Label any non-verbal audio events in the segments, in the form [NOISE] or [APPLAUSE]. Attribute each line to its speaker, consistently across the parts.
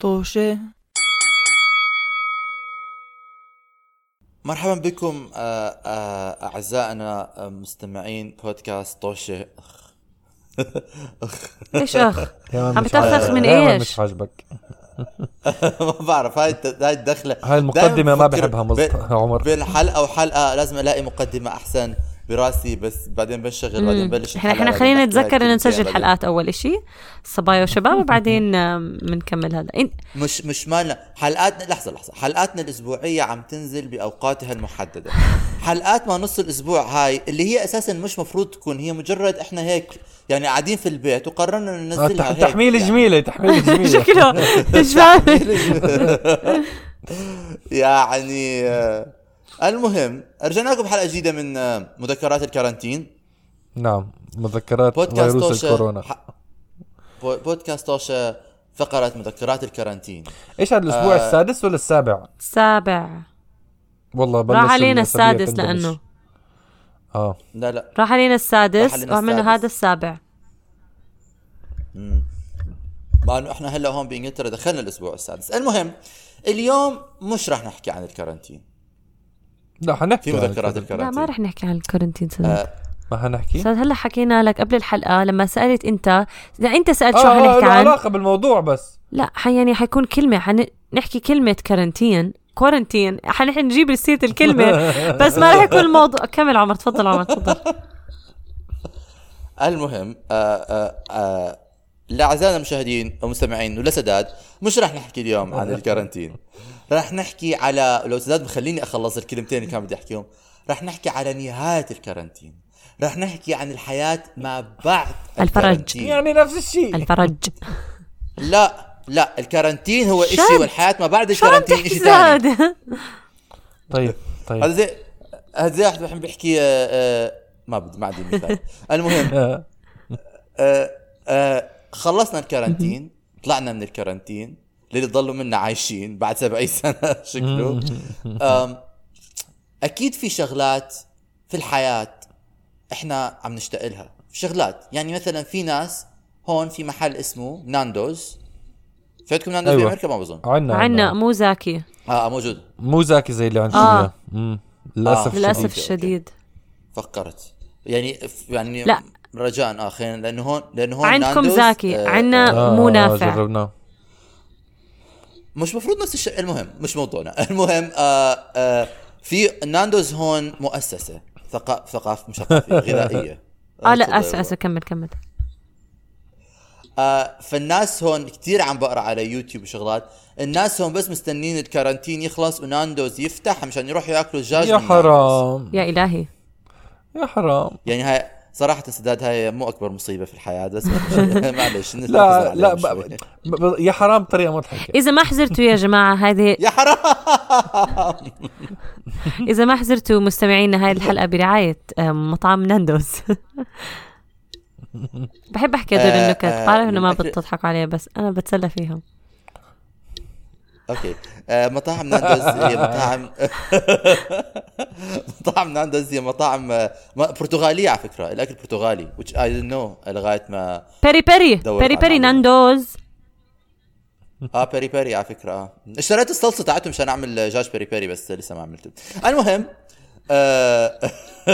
Speaker 1: طوشة
Speaker 2: مرحبا بكم آه، آه، أعزائنا آه، مستمعين بودكاست طوشة [LAUGHS] أخ أخ
Speaker 1: ايش [LAUGHS] اخ
Speaker 3: دايماً
Speaker 1: عم
Speaker 3: مش
Speaker 1: بتأخخ
Speaker 3: عاجبك.
Speaker 1: من
Speaker 3: دايماً
Speaker 1: إيش؟
Speaker 3: مش عاجبك
Speaker 2: ما بعرف هاي الت- هاي الدخلة
Speaker 3: هاي المقدمة
Speaker 2: دايماً
Speaker 3: ما
Speaker 2: بفكر
Speaker 3: بحبها مز-
Speaker 2: بين-
Speaker 3: [LAUGHS] عمر.
Speaker 2: بين حلقة وحلقة لازم ألاقي مقدمة أحسن براسي بس بعدين بنشغل بعدين بلش
Speaker 1: احنا احنا خلينا نتذكر انه نسجل حلقات اول اشي صبايا وشباب وبعدين آم، بنكمل هلا إن-
Speaker 2: [LAUGHS] مش مش مالنا حلقاتنا لحظة لحظة حلقاتنا الأسبوعية عم تنزل بأوقاتها المحددة حلقات ما نص الأسبوع هاي اللي هي أساسا مش مفروض تكون هي مجرد إحنا هيك يعني قاعدين في البيت وقررنا
Speaker 3: آه،
Speaker 2: ننزلها
Speaker 3: تح-
Speaker 2: هيك
Speaker 3: تحميل
Speaker 2: يعني.
Speaker 3: جميلة
Speaker 1: [LAUGHS]
Speaker 3: تحميل جميلة
Speaker 1: شكله
Speaker 2: [LAUGHS]
Speaker 1: مش فاهمة
Speaker 2: يعني آه، المهم رجعنا لكم بحلقة جديدة من آه، مذكرات الكارانتين
Speaker 3: نعم مذكرات
Speaker 2: بودكاست
Speaker 3: فيروس
Speaker 2: توشة
Speaker 3: الكورونا
Speaker 2: ح- بو- بودكاست توشة فقرة مذكرات الكارانتين
Speaker 3: ايش هذا الاسبوع
Speaker 2: آه.
Speaker 3: السادس ولا السابع؟
Speaker 1: السابع
Speaker 3: والله بلش
Speaker 1: راح علينا
Speaker 3: الأسابيع
Speaker 1: السادس
Speaker 3: تندمج.
Speaker 1: لأنه
Speaker 3: اه
Speaker 2: لا لا
Speaker 1: راح علينا
Speaker 2: راح
Speaker 1: السادس
Speaker 2: علينا
Speaker 1: وعملنا
Speaker 2: السادس.
Speaker 1: هذا السابع
Speaker 2: مع انه احنا هلا هون بانجلترا دخلنا الاسبوع السادس المهم اليوم مش رح نحكي عن الكارانتين
Speaker 3: لا حنحكي
Speaker 2: في
Speaker 3: عن
Speaker 2: مذكرات
Speaker 3: الكورونا.
Speaker 1: لا
Speaker 2: الكارانتين
Speaker 1: ما رح نحكي عن الكورنتين صدق
Speaker 2: آه،
Speaker 3: ما حنحكي
Speaker 1: صار هلا حكينا لك قبل الحلقة لما سألت أنت إذا أنت سألت شو
Speaker 3: آه، آه،
Speaker 1: حنحكي
Speaker 3: له
Speaker 1: عن
Speaker 3: علاقة بالموضوع بس
Speaker 1: لا ح- يعني حيكون كلمة حن... نحكي كلمة كارنتين كورنتين حنحن نجيب سيرة
Speaker 2: [LAUGHS]
Speaker 1: الكلمة بس ما رح يكون الموضوع كمل عمر تفضل عمر تفضل
Speaker 2: المهم آه، آه، آه، لاعزائنا المشاهدين ومستمعين ولسداد مش رح نحكي اليوم عن الكارانتين رح نحكي على لو سداد مخليني اخلص الكلمتين اللي كان بدي احكيهم رح نحكي على نهايه الكارانتين رح نحكي عن الحياه ما بعد
Speaker 1: الفرج.
Speaker 2: الكارانتين.
Speaker 3: يعني نفس الشيء
Speaker 1: الفرج
Speaker 2: لا لا الكارانتين هو شيء
Speaker 1: شد.
Speaker 2: والحياه ما بعد
Speaker 1: شو عم
Speaker 2: الكارانتين
Speaker 1: تحكي
Speaker 2: شيء ثاني
Speaker 1: زاد
Speaker 3: طيب
Speaker 2: هذا
Speaker 3: طيب
Speaker 2: زي هذا زي واحد بحب بيحكي آه، آه، ما بدي ما عندي مثال المهم
Speaker 3: آه،
Speaker 2: آه، آه، خلصنا الكارانتين طلعنا من الكارانتين اللي ضلوا منا عايشين بعد [LAUGHS] 70 سنه شكله آم، اكيد في شغلات في الحياه احنا عم نشتاق لها في شغلات يعني مثلا في ناس هون في محل اسمه ناندوز في عندكم ناندوز
Speaker 3: أيوة.
Speaker 2: بامريكا ما بظن
Speaker 3: عنا
Speaker 1: عنا
Speaker 3: عنا
Speaker 1: مو زاكي
Speaker 2: اه موجود
Speaker 3: مو زاكي زي اللي عندكم
Speaker 1: آه.
Speaker 3: إياه. مم. للاسف
Speaker 2: آه.
Speaker 3: للاسف
Speaker 1: للأسف
Speaker 2: أوكي، أوكي.
Speaker 1: الشديد
Speaker 2: فكرت يعني يعني
Speaker 1: لا.
Speaker 2: رجاء اخيرا لانه هون لانه هون
Speaker 1: عندكم
Speaker 2: ناندوز،
Speaker 1: زاكي
Speaker 2: آه،
Speaker 1: عنا مو نافع
Speaker 3: جربناه
Speaker 2: مش مفروض نفس الشيء المهم مش موضوعنا [LAUGHS] المهم آه آه في ناندوز هون مؤسسه ثقافه ثقافه مش
Speaker 3: [LAUGHS]
Speaker 2: ثقافيه غذائيه
Speaker 3: آه،
Speaker 1: اه لا
Speaker 2: تفضل
Speaker 1: اسف
Speaker 2: يا
Speaker 1: اسف كمل كمل
Speaker 2: آه، فالناس هون كتير عم بقرا على يوتيوب وشغلات الناس هون بس مستنين الكارانتين يخلص وناندوز يفتح مشان يروحوا ياكلوا الدجاج
Speaker 3: يا
Speaker 2: من ناندوز.
Speaker 3: حرام
Speaker 1: يا إلهي
Speaker 3: يا حرام
Speaker 2: يعني هاي صراحة سداد هاي مو أكبر مصيبة في الحياة بس [LAUGHS] معلش نتنفس
Speaker 3: لا
Speaker 2: عليهم
Speaker 3: لا
Speaker 2: شوي.
Speaker 3: ب- ب- ب- يا حرام بطريقه مضحكه
Speaker 1: إذا ما حزرتوا يا جماعة هذه
Speaker 2: [LAUGHS] يا حرام
Speaker 1: إذا ما حزرتوا مستمعينا هاي الحلقة برعاية آه، مطعم
Speaker 2: [LAUGHS]
Speaker 1: ناندوز بحب أحكي هدول
Speaker 2: آه،
Speaker 1: النكت
Speaker 2: آه،
Speaker 1: بعرف إنه ما
Speaker 2: الأكل-
Speaker 1: بتضحكوا عليها بس أنا بتسلى فيهم
Speaker 2: اوكي آه، مطاعم ناندوز هي مطاعم [LAUGHS] مطاعم ناندوز هي مطاعم آه، ما- برتغاليه على فكره الاكل برتغالي which I didn't know لغايه ما
Speaker 1: بيري بيري
Speaker 2: دور
Speaker 1: بيري
Speaker 2: على
Speaker 1: بيري
Speaker 2: العمل.
Speaker 1: ناندوز
Speaker 2: اه بيري بيري على فكره آه. اشتريت الصلصه تاعتهم عشان اعمل آه، دجاج بيري بيري بس لسه ما عملته المهم آه [LAUGHS]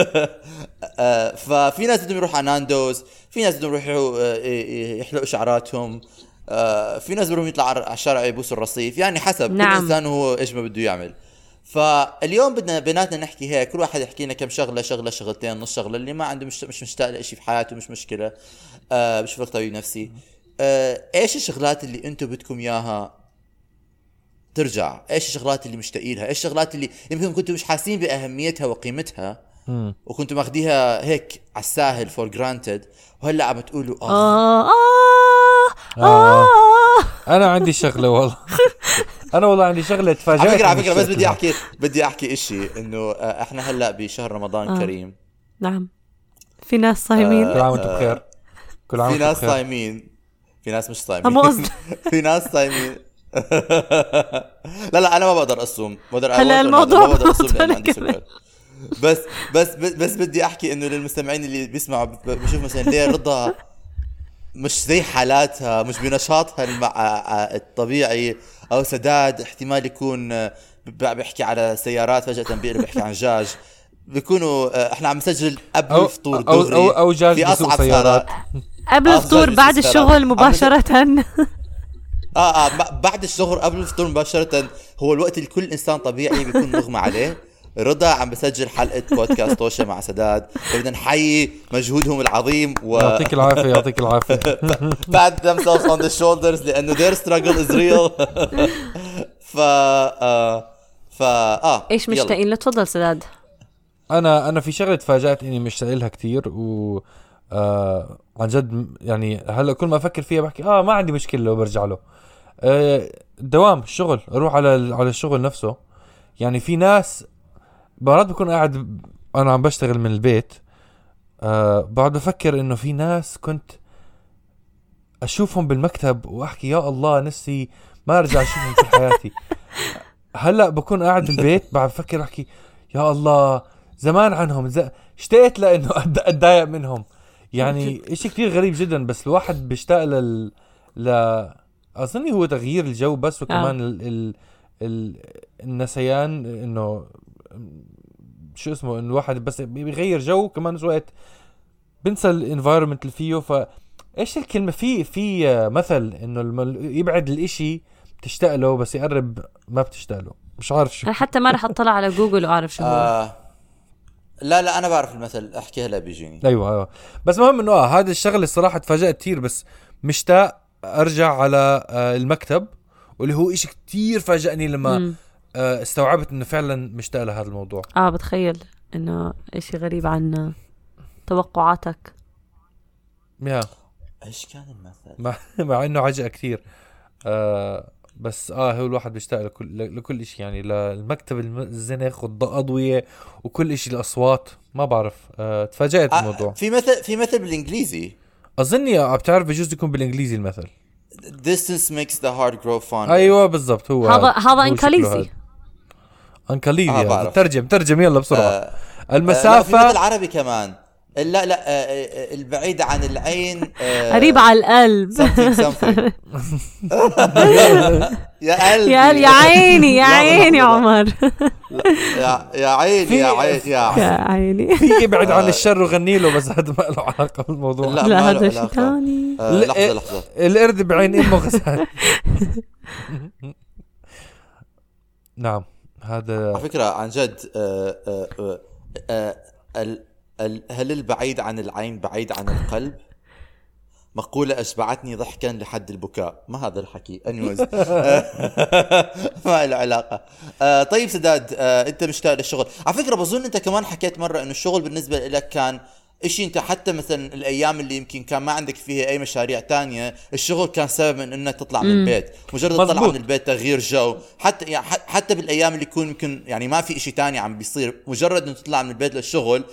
Speaker 2: آه ففي ناس بدهم يروحوا على ناندوز في ناس بدهم يروحوا آه، ي- ي- يحلقوا شعراتهم آه في ناس بدهم يطلعوا على الشارع يبوسوا الرصيف يعني حسب
Speaker 1: نعم.
Speaker 2: كل انسان هو ايش ما بده يعمل فاليوم بدنا بيناتنا نحكي هيك كل واحد يحكي لنا كم شغله شغله شغلتين نص شغله اللي ما عنده مش, مش مشتاق لشيء في حياته مش مشكله آه بشوفك طبيب نفسي آه ايش الشغلات اللي انتم بدكم اياها ترجع ايش الشغلات اللي مشتاقين لها ايش الشغلات اللي يمكن كنتوا مش حاسين باهميتها وقيمتها
Speaker 3: مم.
Speaker 2: وكنتوا ماخديها هيك على الساهل فور جرانتد وهلا عم تقولوا اه
Speaker 1: آه آه آه
Speaker 3: آه. انا عندي شغله
Speaker 2: [LAUGHS]
Speaker 3: والله انا والله عندي شغله تفاجات
Speaker 2: على فكره على فكره بس بدي احكي بدي احكي اشي انه آه، احنا هلا بشهر رمضان
Speaker 1: آه.
Speaker 2: كريم
Speaker 1: نعم في ناس صايمين
Speaker 3: كل
Speaker 2: آه.
Speaker 3: عام وانتم بخير كل عام
Speaker 2: في
Speaker 3: وانتم
Speaker 2: ناس
Speaker 3: بخير
Speaker 2: صايمين في ناس مش
Speaker 1: مو
Speaker 2: صايمين
Speaker 1: قصدي.
Speaker 2: [LAUGHS] في ناس صايمين [LAUGHS] لا لا انا ما بقدر اصوم بقدر
Speaker 1: هلا
Speaker 2: بقدر-
Speaker 1: الموضوع
Speaker 2: ما بقدر اصوم
Speaker 1: موضوعنا
Speaker 2: لأنه عندي
Speaker 1: كمان.
Speaker 2: سكر بس بس بس بس بدي احكي انه للمستمعين اللي بيسمعوا ب- بشوف مثلا ليه رضا مش زي حالاتها مش بنشاطها الم- آ- آ- الطبيعي او سداد احتمال يكون آه، ب- بحكي على سيارات فجاه بيقلب بحكي عن جاج بيكونوا آه، احنا عم نسجل قبل
Speaker 3: أو-
Speaker 2: الفطور
Speaker 3: أو-
Speaker 2: دغري
Speaker 3: أو- أو جاج
Speaker 2: في
Speaker 3: بيسوق
Speaker 2: أصعب سهرات.
Speaker 3: سيارات.
Speaker 1: قبل
Speaker 2: آه،
Speaker 1: الفطور
Speaker 2: زوجي
Speaker 1: بعد
Speaker 2: سيستر. [LAUGHS]
Speaker 1: الشغل مباشرة
Speaker 2: اه اه ب- بعد الشهر قبل الفطور مباشره هو الوقت اللي كل انسان طبيعي بيكون مغمى عليه رضا عم بسجل حلقه بودكاست توشه مع سداد بدنا نحيي مجهودهم العظيم و
Speaker 3: يعطيك العافيه يعطيك العافيه
Speaker 2: [LAUGHS] pat themselves on the shoulders لانه their struggle is real ف آه ف اه
Speaker 1: ايش
Speaker 2: يلا.
Speaker 1: مشتاقين له تفضل سداد
Speaker 3: انا انا في شغله تفاجات اني مشتاق لها كثير و آه عن جد م- يعني هلا كل ما افكر فيها بحكي اه ما عندي مشكله لو برجع له آه الدوام الشغل اروح على ال- على الشغل نفسه يعني في ناس مرات بكون قاعد ب- انا عم بشتغل من البيت آه بقعد بفكر انه في ناس كنت اشوفهم بالمكتب واحكي يا الله نفسي ما ارجع اشوفهم في حياتي هلا بكون قاعد بالبيت بعد بفكر احكي يا الله زمان عنهم ز... اشتقت لانه أت- اتضايق منهم يعني اشي كتير غريب جدا بس الواحد بيشتاق لل ل اظني هو تغيير الجو بس وكمان ال... ال... ال... النسيان انه شو اسمه انه الواحد بس بيغير جو كمان نفس الوقت بنسى الانفايرمنت اللي فيه ف ايش الكلمه في في آه، مثل انه الم- يبعد الاشي بتشتاق له بس يقرب ما بتشتاق له مش عارف شو
Speaker 1: انا حتى ما رح اطلع
Speaker 2: [LAUGHS]
Speaker 1: على جوجل واعرف شو هو
Speaker 2: آه لا لا انا بعرف المثل احكي هلا بيجيني
Speaker 3: ايوه ايوه بس مهم انه اه هذا الشغله الصراحه تفاجات كثير بس مشتاق ارجع على آه المكتب واللي هو إشي كتير فاجأني لما
Speaker 1: مم.
Speaker 3: آه استوعبت انه فعلا مشتاق لهذا الموضوع
Speaker 1: اه بتخيل انه اشي غريب عن توقعاتك
Speaker 3: يا
Speaker 2: ايش كان المثل؟
Speaker 3: مع, [LAUGHS] مع انه عجقه كثير آه بس اه هو الواحد بيشتاق لكل لكل شيء يعني للمكتب الم- الزنخ والادويه وكل شيء الاصوات ما بعرف آه تفاجأت
Speaker 2: آه
Speaker 3: بالموضوع
Speaker 2: في مثل في مثل بالانجليزي
Speaker 3: اظني آه، بتعرف بجوز يكون بالانجليزي المثل
Speaker 2: distance makes the heart grow fonder
Speaker 3: ايوه بالضبط هو
Speaker 1: هذا
Speaker 3: هو
Speaker 1: هذا
Speaker 3: شكله هذا.
Speaker 1: انكاليزي
Speaker 3: انكليزي
Speaker 2: آه،
Speaker 3: آه
Speaker 2: بعرف.
Speaker 3: ترجم ترجم يلا بسرعه آه
Speaker 2: آه،
Speaker 3: المسافه
Speaker 2: آه لا، في مثل
Speaker 3: آه
Speaker 2: عربي كمان لا لا آه، آه، البعيد عن العين آه،
Speaker 1: قريب على القلب
Speaker 2: something something يا قلبي
Speaker 1: [LAUGHS] يا يا
Speaker 2: [LAUGHS]
Speaker 1: عيني يا
Speaker 2: لحظة،
Speaker 1: عيني
Speaker 2: لحظة.
Speaker 1: يا عمر
Speaker 2: [LAUGHS] يا يا عيني يا عيني
Speaker 1: [LAUGHS]
Speaker 2: يا عيني
Speaker 1: يا عيني
Speaker 3: في ابعد عن الشر وغني له بس هذا ما له علاقه بالموضوع
Speaker 2: آه. لا، ما
Speaker 1: لا
Speaker 2: له
Speaker 1: هذا شيء
Speaker 2: علاقة.
Speaker 1: ثاني
Speaker 2: آه، لحظه لحظه
Speaker 3: القرد بعين امه
Speaker 1: [LAUGHS]
Speaker 3: غسان نعم هذا
Speaker 2: على فكره عن جد آه، آه، آه، آه، ال- ال- هل البعيد عن العين بعيد عن القلب مقولة أشبعتني ضحكا لحد البكاء ما هذا الحكي anyways [LAUGHS]
Speaker 3: [LAUGHS]
Speaker 2: آه، ما له علاقة آه، طيب سداد آه، أنت مشتاق للشغل على فكرة بظن أنت كمان حكيت مرة أنه الشغل بالنسبة لك كان إشي أنت حتى مثلا الأيام اللي يمكن كان ما عندك فيها أي مشاريع تانية الشغل كان سبب من أنك تطلع من البيت مجرد الطلعة
Speaker 3: مزبوط.
Speaker 2: من البيت تغيير جو حتى يعني ح- حتى بالأيام اللي يكون يمكن يعني ما في إشي تاني عم بيصير مجرد أنه تطلع من البيت للشغل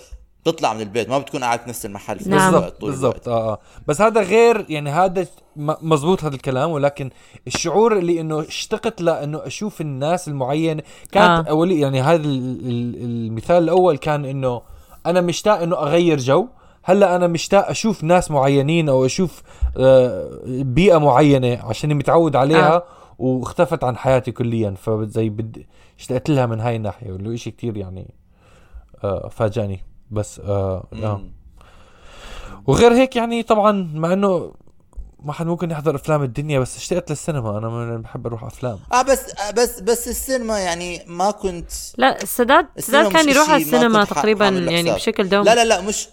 Speaker 2: تطلع من البيت ما بتكون قاعد في نفس المحل في نفس
Speaker 1: نعم.
Speaker 2: الوقت
Speaker 3: بالضبط
Speaker 2: طول الوقت.
Speaker 3: بالضبط اه اه بس هذا غير يعني هذا م- مزبوط هذا الكلام ولكن الشعور اللي انه اشتقت لانه اشوف الناس المعين كانت
Speaker 1: آه.
Speaker 3: آه. اولي يعني هذا ال- ال- المثال الاول كان انه انا مشتاق انه اغير جو هلا انا مشتاق اشوف ناس معينين او اشوف آه، بيئه معينه عشان متعود عليها
Speaker 1: آه.
Speaker 3: آه. واختفت عن حياتي كليا فزي بدي اشتقت لها من هاي الناحيه واللي شيء كثير يعني آه فاجأني بس آه, آه.
Speaker 2: مم.
Speaker 3: وغير هيك يعني طبعا مع انه ما حد ممكن يحضر افلام الدنيا بس اشتقت للسينما انا من- بحب اروح افلام
Speaker 2: اه بس آه بس بس السينما يعني ما كنت
Speaker 1: لا سداد
Speaker 2: السينما
Speaker 1: سداد كان
Speaker 2: مش
Speaker 1: يروح
Speaker 2: إشي
Speaker 1: على
Speaker 2: ما
Speaker 1: السينما
Speaker 2: كنت ح-
Speaker 1: تقريبا
Speaker 2: حاعمل له
Speaker 1: يعني
Speaker 2: حساب.
Speaker 1: بشكل دوري
Speaker 2: لا لا لا مش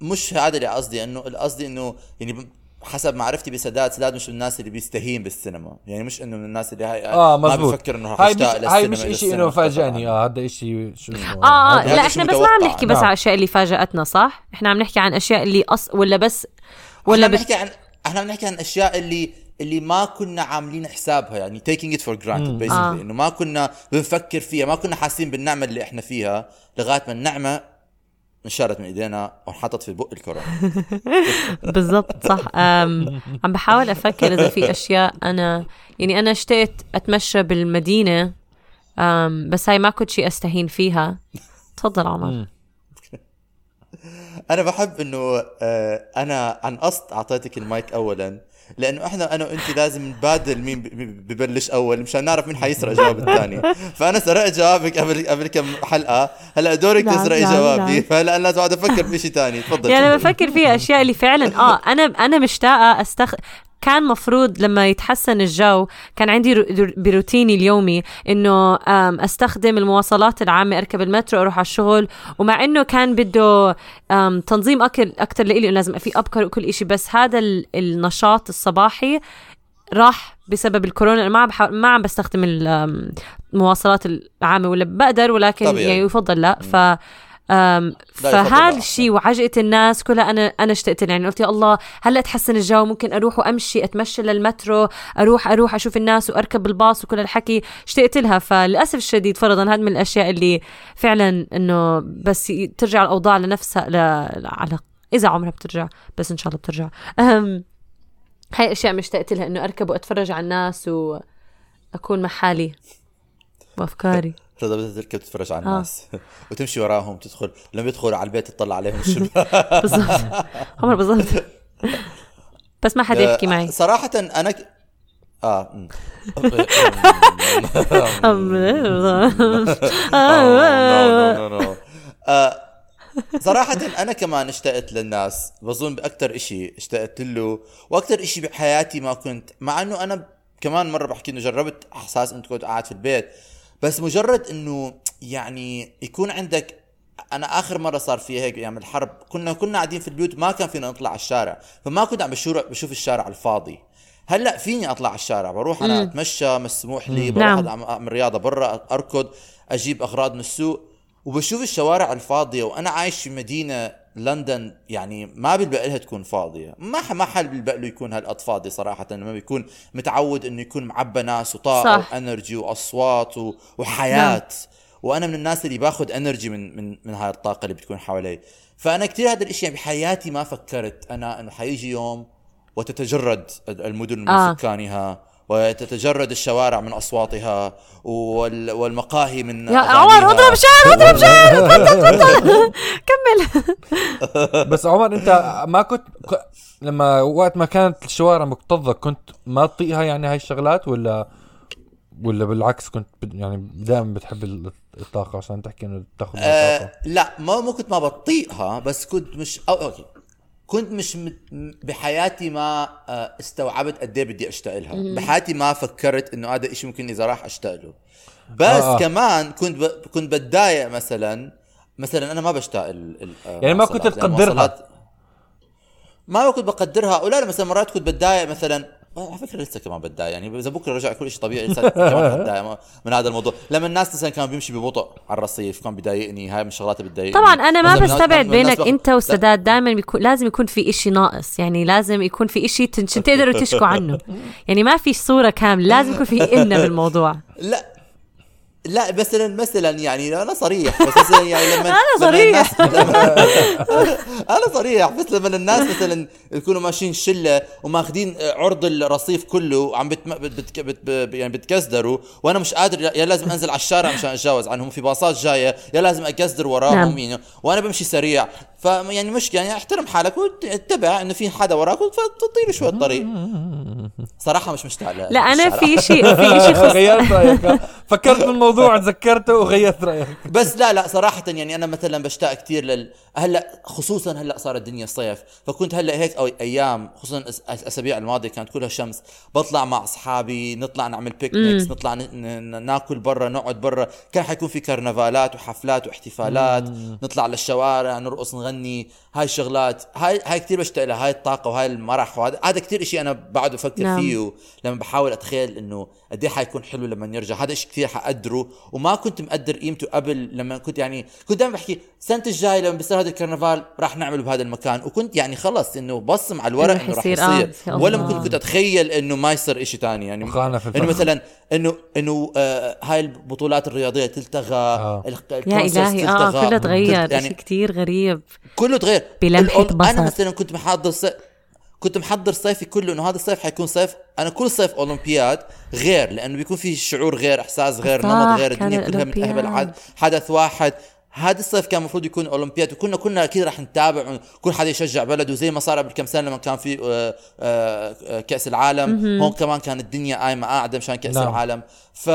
Speaker 2: مش هذا اللي قصدي انه قصدي انه يعني ب- حسب معرفتي بسداد سداد مش من الناس اللي بيستهين بالسينما يعني مش انه من الناس اللي هاي
Speaker 3: اه
Speaker 2: آه، ما
Speaker 3: مزبوط
Speaker 2: بفكر انه
Speaker 3: هاي مش
Speaker 2: حاشتاق للسينما
Speaker 3: هاي مش
Speaker 2: إلى
Speaker 3: اشي
Speaker 2: السينما
Speaker 3: انه فاجأني
Speaker 2: طبعاً.
Speaker 3: اه هذا اشي شو اسمه
Speaker 1: اه اه
Speaker 3: هذا-
Speaker 2: هذا
Speaker 1: لا
Speaker 2: شيء
Speaker 1: احنا بس ما عم
Speaker 2: متوقع.
Speaker 1: نحكي بس
Speaker 3: نعم.
Speaker 1: على الاشياء اللي فاجأتنا صح؟ احنا عم نحكي عن اشياء اللي أص... ولا بس ولا
Speaker 2: احنا
Speaker 1: بت...
Speaker 2: بنحكي عن احنا بنحكي عن اشياء اللي اللي ما كنا عاملين حسابها يعني taking it for granted basically
Speaker 1: آه.
Speaker 2: انه ما كنا بنفكر فيها ما كنا حاسين بالنعمه اللي احنا فيها لغايه ما النعمه انشرت من ايدينا وانحطت في بق
Speaker 1: [LAUGHS]
Speaker 2: الكره
Speaker 1: بالضبط صح أم... عم بحاول افكر اذا في اشياء انا يعني انا اشتقت اتمشى بالمدينه أم... بس هاي ما كنت شيء استهين فيها تفضل عمر
Speaker 2: انا بحب انه آه، انا عن قصد اعطيتك المايك اولا لانه احنا انا وانت لازم نبادل مين ب- ب- ببلش اول مشان نعرف مين حيسرق جواب
Speaker 1: [LAUGHS]
Speaker 2: الثاني فانا سرقت جوابك قبل قبل كم حلقه هلا دورك
Speaker 4: نعم،
Speaker 2: تسرقي
Speaker 4: نعم،
Speaker 2: جوابي
Speaker 4: نعم.
Speaker 2: فهلا انا لازم اقعد افكر بشيء ثاني تفضل
Speaker 1: يعني انا بفكر فيها اشياء اللي فعلا اه انا انا مشتاقه استخ كان مفروض لما يتحسن الجو كان عندي رو- در- بروتيني اليومي انه آم، استخدم المواصلات العامه اركب المترو اروح على الشغل ومع انه كان بده آم، تنظيم اكل اكثر لإلي إنه لازم في ابكر وكل إشي بس هذا ال- النشاط الصباحي راح بسبب الكورونا أنا ما عم بحا- ما عم بستخدم ال- آم، المواصلات العامه ولا بقدر ولكن
Speaker 2: طبيعي.
Speaker 1: يعني يفضل لا ف آم،
Speaker 2: لا، يفضل
Speaker 1: فهذا
Speaker 2: لا.
Speaker 1: الشيء وعجقه الناس كلها انا انا اشتقت لها. يعني قلت يا الله هلا تحسن الجو ممكن اروح وامشي اتمشى للمترو اروح اروح اشوف الناس واركب الباص وكل الحكي اشتقت لها فللاسف الشديد فرضا هذا من الاشياء اللي فعلا انه بس ي- ترجع الاوضاع لنفسها ل... على اذا عمرها بترجع بس ان شاء الله بترجع أم... هاي اشياء مشتقت لها انه اركب واتفرج على الناس واكون مع حالي وافكاري
Speaker 2: رضا بدها تركب تتفرج على
Speaker 1: آه.
Speaker 2: الناس [LAUGHS] وتمشي وراهم تدخل لما يدخلوا على البيت تطلع عليهم
Speaker 1: [LAUGHS]
Speaker 2: الشباك
Speaker 1: بالضبط عمر بالضبط بس ما حدا يحكي معي
Speaker 2: صراحه انا ك... اه
Speaker 1: [LAUGHS]
Speaker 2: أمم. [LAUGHS] آه، no, no, no, no. آه، صراحة أنا كمان اشتقت للناس بظن بأكتر إشي اشتقت له وأكتر إشي بحياتي ما كنت مع أنه أنا كمان مرة بحكي أنه جربت إحساس أنت كنت قاعد في البيت بس مجرد أنه يعني يكون عندك أنا آخر مرة صار في هيك أيام الحرب كنا كنا قاعدين في البيوت ما كان فينا نطلع على الشارع فما كنت عم بشور- بشوف الشارع على الفاضي هلا فيني اطلع على الشارع بروح انا اتمشى مسموح لي بروح
Speaker 1: نعم.
Speaker 2: أدعم- اعمل رياضه برا اركض اجيب اغراض من السوق وبشوف الشوارع الفاضيه وانا عايش في مدينه لندن يعني ما بيلبق لها تكون فاضيه ما ح- ما حل بيلبق له يكون هالقد فاضي صراحه لما بيكون متعود انه يكون معبى ناس وطاقه
Speaker 1: صح.
Speaker 2: وانرجي واصوات و... وحياه
Speaker 1: نعم.
Speaker 2: وانا من الناس اللي باخذ انرجي من من من هاي الطاقه اللي بتكون حوالي فانا كثير هذا الاشي يعني بحياتي ما فكرت انا انه حيجي يوم وتتجرد المدن من
Speaker 1: آه.
Speaker 2: آه. سكانها وتتجرد الشوارع من اصواتها وال... والمقاهي من
Speaker 1: يا
Speaker 2: أغانيها.
Speaker 1: عمر اضرب شعر اضرب شعر تفضل تفضل كمل
Speaker 3: بس عمر انت ما كنت ك- لما وقت ما كانت الشوارع مكتظه كنت ما تطيقها يعني هاي الشغلات ولا ولا بالعكس كنت بد- يعني دائما بتحب ال- الطاقه عشان تحكي انه بتاخذ من
Speaker 2: آه
Speaker 3: الطاقه
Speaker 2: لا ما ما كنت ما بطيقها بس كنت مش أو اوكي كنت مش مت... م- بحياتي ما آه، استوعبت قد ايه بدي اشتاق لها بحياتي ما فكرت انه هذا إشي ممكن اذا راح اشتاق له بس
Speaker 3: آه،
Speaker 2: آه.
Speaker 3: آه.
Speaker 2: كمان كنت ب... كنت بتضايق مثلا مثلا انا ما بشتاق ال... ال... آه،
Speaker 3: يعني ما
Speaker 2: مواصلات،
Speaker 3: كنت
Speaker 2: لأن
Speaker 3: تقدرها.
Speaker 2: مواصلات- ما كنت بقدرها ولا لا مثلا مرات كنت بتضايق مثلا على فكره لسه كمان بتضايق يعني اذا بكره رجع كل شيء طبيعي لسه كمان بتضايق ما- من هذا الموضوع لما الناس مثلا كان بيمشي ببطء على الرصيف كان بيضايقني هاي من الشغلات اللي بتضايقني
Speaker 1: طبعا انا ما
Speaker 2: مثلاً من-
Speaker 1: بستبعد
Speaker 2: من- من الناس
Speaker 1: بينك
Speaker 2: بأخذ-
Speaker 1: انت والسداد دائما بيكون لازم يكون في إشي ناقص يعني لازم يكون في إشي تنشن تقدروا تشكوا عنه يعني ما في صوره كامله لازم يكون في إنة بالموضوع
Speaker 2: لا لا مثلا مثلا يعني لا، انا صريح بس مثلا يعني لما
Speaker 1: [LAUGHS] أنا
Speaker 2: لما
Speaker 1: صريح.
Speaker 2: الناس- [LAUGHS] لما- انا صريح بس لما الناس مثلا يكونوا ماشيين شله وماخذين عرض الرصيف كله وعم بت... بت... بت... بت... يعني بتكزدروا وانا مش قادر يا لازم انزل على الشارع مشان اتجاوز عنهم في باصات جايه يا لازم اكزدر وراهم
Speaker 1: نعم.
Speaker 2: يعني وانا بمشي سريع ف يعني مش يعني احترم حالك واتبع انه في حدا وراك فتطير شوي
Speaker 1: [LAUGHS]
Speaker 2: الطريق صراحه مش مشتاق لها.
Speaker 1: لا انا
Speaker 2: الشارع.
Speaker 1: في شيء في شيء
Speaker 2: [LAUGHS]
Speaker 1: خص
Speaker 3: غيرت رايك فكرت بالموضوع تذكرته وغيرت رايك
Speaker 2: بس لا لا صراحة يعني أنا مثلا بشتاق كثير لل هلا خصوصا هلا صارت الدنيا صيف، فكنت هلا هيك أو أيام خصوصا الأس- الأسابيع الماضية كانت كلها شمس، بطلع مع أصحابي نطلع نعمل بيكنيكس، نطلع ن... ن... ناكل برا نقعد برا، كان حيكون في كرنفالات وحفلات واحتفالات، نطلع للشوارع نرقص نغني، هاي الشغلات، هاي هاي كثير بشتاق لها، هاي الطاقة وهاي المرح وهذا هذا كثير شيء أنا بقعد بفكر
Speaker 1: نعم.
Speaker 2: فيه فيه لما بحاول اتخيل انه قد ايه حيكون حلو لما يرجع هذا شيء كثير حقدره وما كنت مقدر قيمته قبل لما كنت يعني كنت دائما بحكي السنه الجاي لما بيصير هذا الكرنفال راح نعمله بهذا المكان وكنت يعني خلص انه بصم على الورق
Speaker 1: إنه
Speaker 2: انه راح
Speaker 1: حيصير، آه،
Speaker 2: يصير
Speaker 1: يا
Speaker 2: ولا
Speaker 1: الله.
Speaker 2: ممكن كنت اتخيل انه ما يصير شيء ثاني يعني
Speaker 3: وقعنا في
Speaker 2: انه
Speaker 3: الفخ.
Speaker 2: مثلا انه انه آه هاي البطولات الرياضيه تلتغى آه.
Speaker 1: يا الهي اه كله تغير
Speaker 2: يعني
Speaker 1: شيء كتير غريب
Speaker 2: كله تغير
Speaker 1: بلمحة
Speaker 2: الأول-
Speaker 1: بصر.
Speaker 2: انا مثلا كنت محضر ص... كنت محضر صيفي كله انه هذا الصيف حيكون صيف انا كل صيف اولمبياد غير لانه بيكون في شعور غير احساس غير
Speaker 1: صح،
Speaker 2: نمط غير
Speaker 1: كان
Speaker 2: الدنيا كلها من
Speaker 1: الأولمبياد.
Speaker 2: اهبل حدث واحد هذا الصيف كان المفروض يكون اولمبياد وكنا كنا اكيد رح نتابع كل حدا يشجع بلده زي ما صار قبل كم سنه لما كان في آه، آه، آه، كاس العالم هون كمان كانت الدنيا قايمه قاعده مشان كاس
Speaker 3: نعم.
Speaker 2: العالم ف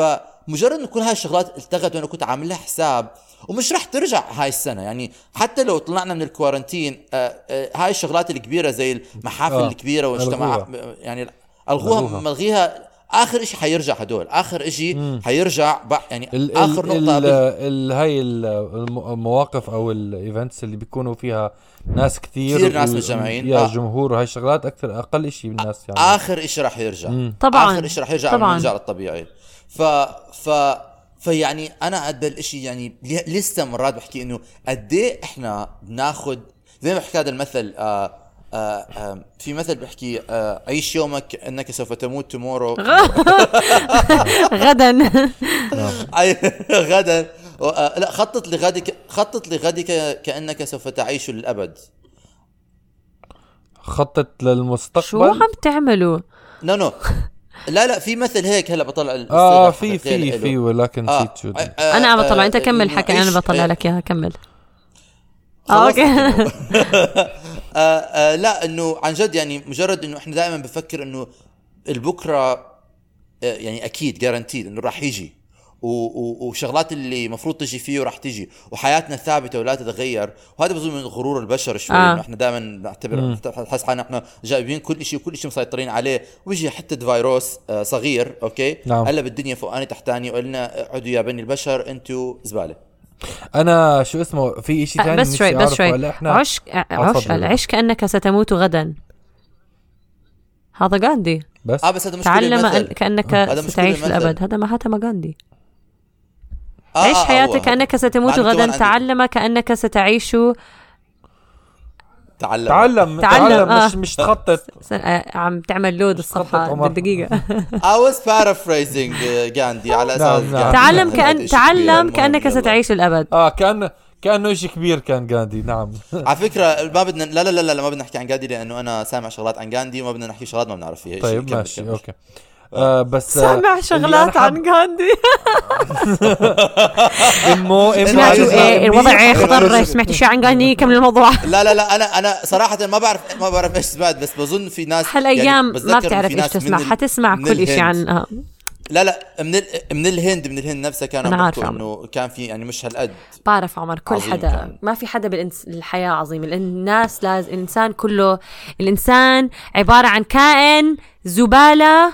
Speaker 2: فمجرد انه كل هاي الشغلات التغت وانا كنت عامل لها حساب ومش رح ترجع هاي السنه يعني حتى لو طلعنا من الكوارنتين آه، آه، هاي الشغلات الكبيره زي المحافل
Speaker 3: آه،
Speaker 2: الكبيره والاجتماعات يعني الغوها
Speaker 3: ألغوها.
Speaker 2: ملغيها اخر شيء حيرجع هدول اخر شيء حيرجع بع- يعني
Speaker 3: ال-
Speaker 2: اخر
Speaker 3: ال-
Speaker 2: نقطه
Speaker 3: ال-
Speaker 2: قبل
Speaker 3: ال- هاي ال- الم- المواقف او الايفنتس اللي بيكونوا فيها ناس كثير
Speaker 2: كثير ناس
Speaker 3: و-
Speaker 2: متجمعين.
Speaker 3: يا
Speaker 2: آه.
Speaker 3: جمهور وهي الشغلات اكثر اقل شيء بالناس يعني
Speaker 2: اخر شيء رح يرجع
Speaker 1: طبعاً.
Speaker 2: اخر شيء رح يرجع
Speaker 1: طبعاً.
Speaker 2: طبعا الرجال الطبيعي ف ف فيعني انا قد الاشي يعني لي- لسه مرات بحكي انه قد ايه احنا بناخذ زي ما حكى هذا المثل آه آه آه في مثل بحكي آه عيش يومك انك سوف تموت تمورو
Speaker 1: [LAUGHS] غدا
Speaker 2: غدا و- آه، لا خطط لغدك خطط لغدك كانك سوف تعيش للابد
Speaker 3: خطط
Speaker 1: شو
Speaker 3: للمستقبل
Speaker 1: عم تعملوا؟
Speaker 2: نو نو لا لا في مثل هيك هلا بطلع ال-
Speaker 3: اه
Speaker 2: الصيغة
Speaker 3: في
Speaker 2: الحقيقية
Speaker 3: في
Speaker 2: إله.
Speaker 3: في ولكن
Speaker 2: آه،
Speaker 3: نسيت شو
Speaker 2: آه،
Speaker 1: انا عم بطلع
Speaker 2: آه،
Speaker 1: انت كمل
Speaker 2: إنه
Speaker 1: حكي انا
Speaker 2: عيش-
Speaker 1: بطلع
Speaker 2: آه،
Speaker 1: لك اياها كمل اه
Speaker 2: خلصت.
Speaker 1: اوكي
Speaker 2: آه،
Speaker 1: [LAUGHS]
Speaker 2: آه، لا انه عن جد يعني مجرد انه احنا دائما بفكر انه البكره آه، يعني اكيد جارانتيد انه راح يجي و- و- وشغلات اللي المفروض تجي فيه راح تجي وحياتنا ثابته ولا تتغير وهذا بظن من غرور البشر شوي
Speaker 1: آه.
Speaker 2: آه. انه احنا دائما نعتبر نحس حالنا احنا جايبين كل شيء وكل شيء مسيطرين عليه ويجي حتى فيروس آه، صغير اوكي
Speaker 3: نعم.
Speaker 2: هلا بالدنيا فوقاني تحتاني وقلنا اقعدوا يا بني البشر انتوا زباله
Speaker 3: انا شو اسمه في شيء ثاني
Speaker 1: بس شوي بس شوي آه،
Speaker 3: احنا
Speaker 1: عش عش
Speaker 3: أتفضل.
Speaker 1: عش كانك ستموت غدا هذا غاندي
Speaker 3: بس
Speaker 2: اه بس هذا مش كل
Speaker 1: تعلم
Speaker 2: المثل.
Speaker 1: أن كانك
Speaker 2: هذا مش كل
Speaker 1: ستعيش
Speaker 2: المثل.
Speaker 1: للابد هذا مهاتما غاندي
Speaker 2: آه،
Speaker 1: عيش
Speaker 2: آه، هو
Speaker 1: حياتك
Speaker 2: هذا.
Speaker 1: كانك ستموت
Speaker 2: معناته
Speaker 1: غدا
Speaker 2: أنا-
Speaker 1: تعلم كانك ستعيش
Speaker 2: تعلم
Speaker 1: تعلم،
Speaker 3: تعلم تعلم
Speaker 1: آه.
Speaker 3: مش مش تخطط
Speaker 1: س- آه، عم تعمل لود
Speaker 3: خطط
Speaker 1: الصفحه
Speaker 3: عمر.
Speaker 1: بالدقيقه
Speaker 2: I was paraphrasing uh, Gandhi على اساس
Speaker 3: نعم، نعم.
Speaker 2: Gandhi
Speaker 1: [LAUGHS]
Speaker 2: كان
Speaker 1: تعلم كأن
Speaker 2: قد إيش كبير.
Speaker 1: تعلم
Speaker 2: المهم
Speaker 1: كانك
Speaker 2: يلا.
Speaker 1: ستعيش للابد [LAUGHS]
Speaker 3: اه كان كانه شيء كبير كان غاندي
Speaker 2: [LAUGHS]
Speaker 3: نعم
Speaker 2: على فكره ما بدنا لا لا لا لا ما بدنا نحكي عن غاندي لانه انا سامع شغلات عن غاندي وما بدنا نحكي شغلات ما بنعرف فيها شيء.
Speaker 3: طيب
Speaker 2: كمل،
Speaker 3: ماشي
Speaker 2: كمل.
Speaker 3: اوكي آه بس آه،
Speaker 1: سامع
Speaker 3: اللي أنا
Speaker 1: شغلات
Speaker 3: حاب-
Speaker 1: عن غاندي
Speaker 3: امه امه
Speaker 1: سمعتوا
Speaker 2: عجبني.
Speaker 1: ايه الوضع
Speaker 2: مية
Speaker 1: خطر
Speaker 2: بالمية.
Speaker 1: سمعتوا شيء عن غاندي كمل الموضوع [LAUGHS]
Speaker 2: لا لا لا انا انا صراحه ما بعرف ما بعرف ايش سمعت بس بظن في ناس يعني
Speaker 1: هالايام
Speaker 2: بتذكر
Speaker 1: ما
Speaker 2: إنه في
Speaker 1: بتعرف ايش
Speaker 2: ناس من
Speaker 1: تسمع
Speaker 2: ال-
Speaker 1: حتسمع
Speaker 2: من
Speaker 1: كل آه. شيء
Speaker 2: الهند.
Speaker 1: عنها
Speaker 2: لا لا من ال... من الهند من الهند نفسها كانوا
Speaker 1: أنا
Speaker 2: عم يحكوا
Speaker 1: عارفة.
Speaker 2: انه كان في يعني مش هالقد
Speaker 1: بعرف عمر كل
Speaker 2: عظيم
Speaker 1: حدا
Speaker 2: كان.
Speaker 1: ما في حدا بالحياة عظيم الناس لاز الإنسان كله الإنسان عبارة عن كائن زبالة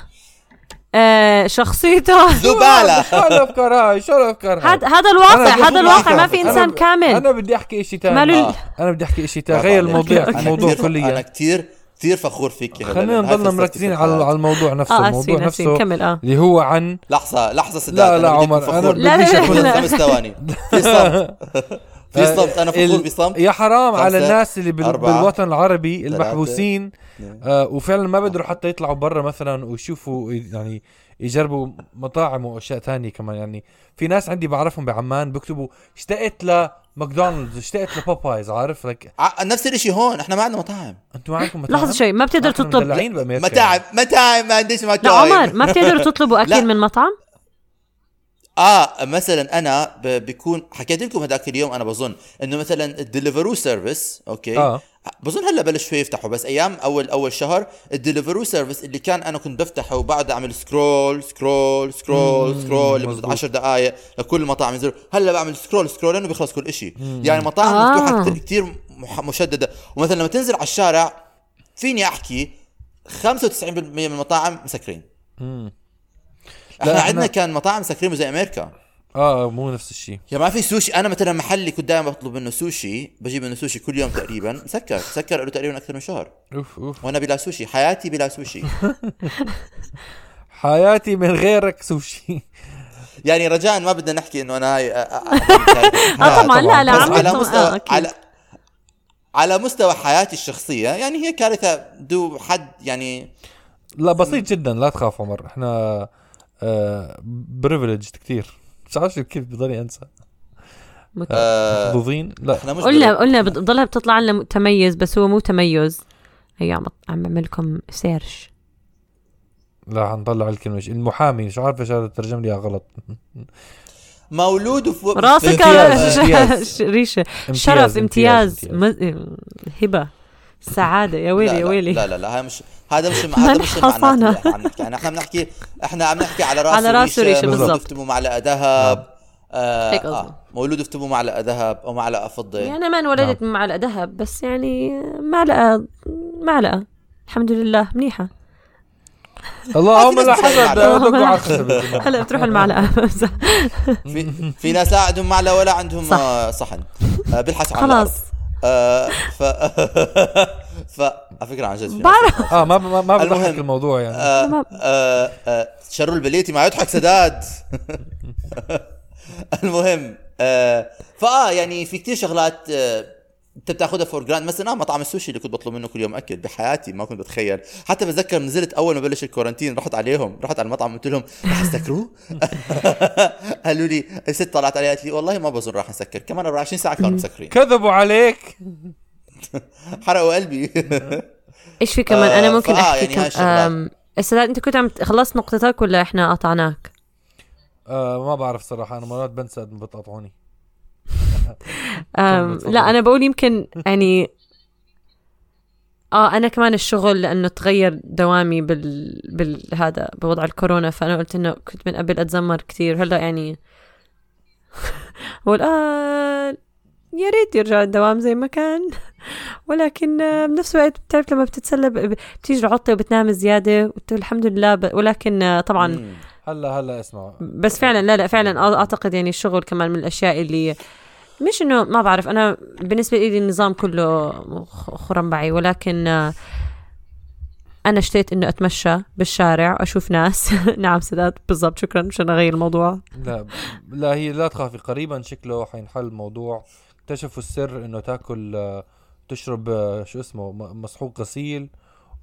Speaker 1: آه شخصيته
Speaker 2: زباله
Speaker 3: [LAUGHS] شو الافكار هاي شو الافكار هاي
Speaker 1: هذا هذا
Speaker 3: أنا
Speaker 1: الواقع
Speaker 3: بدي
Speaker 1: هذا
Speaker 2: أقول
Speaker 1: الواقع
Speaker 2: لك
Speaker 1: ما في
Speaker 2: أنا-
Speaker 1: إنسان
Speaker 3: ب-
Speaker 1: كامل
Speaker 3: انا بدي احكي شيء ثاني
Speaker 1: ماله
Speaker 2: آه.
Speaker 3: انا بدي احكي شيء ثاني غير الموضوع
Speaker 2: أنا
Speaker 3: الموضوع
Speaker 2: كتير- انا
Speaker 3: كليا
Speaker 2: كتير كتير فخور فيك يا هلا،
Speaker 3: خلينا
Speaker 2: لأن هاي
Speaker 3: نضلنا
Speaker 2: فلسفتي
Speaker 3: مركزين
Speaker 2: في
Speaker 3: على
Speaker 2: الحياة.
Speaker 3: على الموضوع نفسه
Speaker 1: اه
Speaker 3: الموضوع
Speaker 1: اسفين اسفين
Speaker 3: نفسه
Speaker 1: كمل اه
Speaker 3: اللي هو عن
Speaker 2: لحظة لحظة سداد
Speaker 3: لا، لا،
Speaker 2: أنا بدي أكون
Speaker 3: عمر، أنا
Speaker 2: فخور.
Speaker 1: لا، لا، بديش لا، أكون- لا.
Speaker 2: خمس ثواني
Speaker 3: [LAUGHS]
Speaker 2: في صمت في
Speaker 3: آه،
Speaker 2: صمت أنا فخور
Speaker 3: ال-
Speaker 2: بصمت
Speaker 3: يا حرام على
Speaker 2: خمسة،
Speaker 3: الناس اللي بال-
Speaker 2: أربعة،
Speaker 3: بالوطن العربي
Speaker 2: ثلاثة،
Speaker 3: المحبوسين
Speaker 2: اثنين.
Speaker 3: آه وفعلا ما بقدروا حتى يطلعوا برا مثلا ويشوفوا يعني يجربوا مطاعم واشياء تانية كمان يعني في ناس عندي بعرفهم بعمان بيكتبوا اشتقت لماكدونالدز اشتقت لبابايز عارف لك
Speaker 2: ع- نفس الشيء هون احنا ما عندنا مطاعم
Speaker 3: انتوا ما عندكم مطاعم
Speaker 1: لحظة شوي ما بتقدر
Speaker 3: إحنا
Speaker 1: تطلب
Speaker 3: مدلعين بأمريكا
Speaker 2: متاعب متاعب ما عنديش مطاعم
Speaker 1: لا عمر ما بتقدروا
Speaker 2: [LAUGHS]
Speaker 1: تطلبوا
Speaker 2: لا. آه،
Speaker 1: أكل من مطعم
Speaker 2: اه مثلا انا ب- بكون حكيت لكم هذاك اليوم انا بظن انه مثلا الدليفرو سيرفيس اوكي
Speaker 3: آه.
Speaker 2: بظن هلا بلش شوي يفتحوا بس ايام اول اول شهر الدليفرو سيرفيس اللي كان انا كنت بفتحه وبعد اعمل سكرول سكرول سكرول سكرول لمده
Speaker 3: مزبوط.
Speaker 2: 10 دقائق لكل مطاعم ينزلوا هلا بعمل سكرول سكرول لانه بيخلص كل شيء يعني مطاعم
Speaker 1: آه.
Speaker 2: مفتوحه كت- كتير مح- مشدده ومثلا لما تنزل على الشارع فيني احكي 95% من المطاعم مسكرين
Speaker 3: لا،
Speaker 2: احنا
Speaker 3: إحنا-
Speaker 2: عندنا كان مطاعم مسكرين زي امريكا
Speaker 3: اه مو نفس الشيء
Speaker 2: يا ما في سوشي انا مثلا محلي كنت دائما بطلب منه سوشي بجيب منه سوشي كل يوم تقريبا مسكر مسكر له تقريبا اكثر من شهر
Speaker 3: اوف اوف
Speaker 2: وانا بلا سوشي حياتي بلا سوشي
Speaker 3: حياتي من غيرك سوشي [LAUGHS]
Speaker 2: يعني رجاء ما بدنا نحكي انه انا هاي
Speaker 1: اه
Speaker 2: اه
Speaker 1: طبعا لا لا
Speaker 3: بس
Speaker 1: عم
Speaker 2: على
Speaker 1: بتطلب- آه،
Speaker 2: مستوى
Speaker 1: أكيد.
Speaker 2: على على مستوى حياتي الشخصيه يعني هي كارثه دو حد يعني
Speaker 3: لا بسيط جدا لا تخاف عمر احنا آه بريفليج كثير مش عارف شو كيف بضلني انسى
Speaker 2: آه
Speaker 3: محظوظين لا
Speaker 2: احنا مش
Speaker 1: قلنا
Speaker 2: بال-
Speaker 1: قلنا بتضلها بتطلع لنا متميز بس هو مو تميز هي عم عم بعمل لكم سيرش
Speaker 2: [LAUGHS]
Speaker 3: لا حنطلع الكلمه المحامي مش عارف ايش هذا ترجم لي إياها غلط
Speaker 2: مولود وفوق
Speaker 1: راسك
Speaker 3: امتياز.
Speaker 1: على
Speaker 3: امتياز.
Speaker 1: ش- ريشه
Speaker 3: امتياز،
Speaker 1: شرف
Speaker 3: امتياز،
Speaker 1: امتياز مز- هبه سعاده يا ويلي
Speaker 2: لا
Speaker 1: يا
Speaker 2: لا
Speaker 1: ويلي
Speaker 2: لا لا لا هاي مش هذا
Speaker 1: [LAUGHS]
Speaker 2: مش هذا مش
Speaker 1: منحصنة.
Speaker 2: المعنى اللي احنا عم نحكي عنه. احنا عم نحكي احنا عم نحكي على راس
Speaker 1: على راس
Speaker 2: الريشة،
Speaker 1: الريشة،
Speaker 2: مولود
Speaker 1: بالضبط.
Speaker 2: افتموا معلقه ذهب آه،
Speaker 1: هيك قصدي.
Speaker 2: آه، مولود افتموا معلقه ذهب او معلقه فضه
Speaker 1: يعني انا ما انولدت
Speaker 2: نعم.
Speaker 1: من معلقه ذهب بس يعني معلقه معلقه الحمد لله
Speaker 2: [LAUGHS]
Speaker 1: منيحه
Speaker 3: اللهم لا حسد
Speaker 2: اللهم
Speaker 3: دقوا
Speaker 2: [LAUGHS]
Speaker 1: لا
Speaker 3: على الخشبة
Speaker 1: هلا بتروح المعلقه
Speaker 2: في في ناس لا عندهم معلقه ولا عندهم
Speaker 1: صح.
Speaker 2: آه، صحن آه، بيلحس على الأرض.
Speaker 1: خلاص
Speaker 2: آه، ف [LAUGHS] ف على فكره عن جد في ناس-
Speaker 1: بعرف
Speaker 3: اه ما ما- ما بضحك
Speaker 2: المهم.
Speaker 3: الموضوع يعني
Speaker 2: آه،
Speaker 1: ما-
Speaker 2: آه، آه، شر البليتي ما يضحك سداد [LAUGHS] المهم آه، فاه يعني في كتير شغلات آه، انت بتاخذها فور جراند مثلا آه، مطعم السوشي اللي كنت بطلب منه كل يوم اكل بحياتي ما كنت بتخيل حتى بتذكر نزلت اول ما بلش الكورنتين رحت عليهم رحت على المطعم قلت لهم رح تسكروه [LAUGHS] قالوا لي الست طلعت علي قالت لي والله ما بظن راح نسكر كمان 24 ساعه كانوا مسكرين
Speaker 3: كذبوا عليك
Speaker 2: حرقوا قلبي
Speaker 1: ايش في كمان انا
Speaker 2: آه،
Speaker 1: ممكن
Speaker 2: فآه،
Speaker 1: احكي
Speaker 2: يعني هاي
Speaker 1: كم
Speaker 2: الشغلات.
Speaker 1: آم، استاذ انت كنت عم ت- خلصت نقطتك ولا احنا قطعناك
Speaker 3: آه ما بعرف صراحه انا مرات بنسى قد ما بتقاطعوني
Speaker 1: أم
Speaker 3: تفضل.
Speaker 1: لا انا بقول يمكن يعني اه انا كمان الشغل لانه تغير دوامي بال بالهذا بوضع الكورونا فانا قلت انه كنت من قبل اتذمر كثير هلا يعني [LAUGHS] بقول آه يا ريت يرجع الدوام زي ما كان [LAUGHS] ولكن آه، بنفس الوقت بتعرف لما بتتسلى ب- بتيجي العطله وبتنام زياده وبتقول الحمد لله ب... ولكن آه، طبعا
Speaker 3: هلا هلا اسمع
Speaker 1: بس فعلا لا لا فعلا أ- اعتقد يعني الشغل كمان من الاشياء اللي مش انه ما بعرف انا بالنسبه لي النظام كله خ- خرنبعي ولكن آه، انا اشتيت انه اتمشى بالشارع اشوف ناس [LAUGHS] نعم سداد بالضبط شكرا مشان اغير الموضوع
Speaker 3: لا ب- لا هي لا تخافي قريبا شكله حينحل الموضوع اكتشفوا السر انه تاكل آه، تشرب آه، شو اسمه م- مسحوق غسيل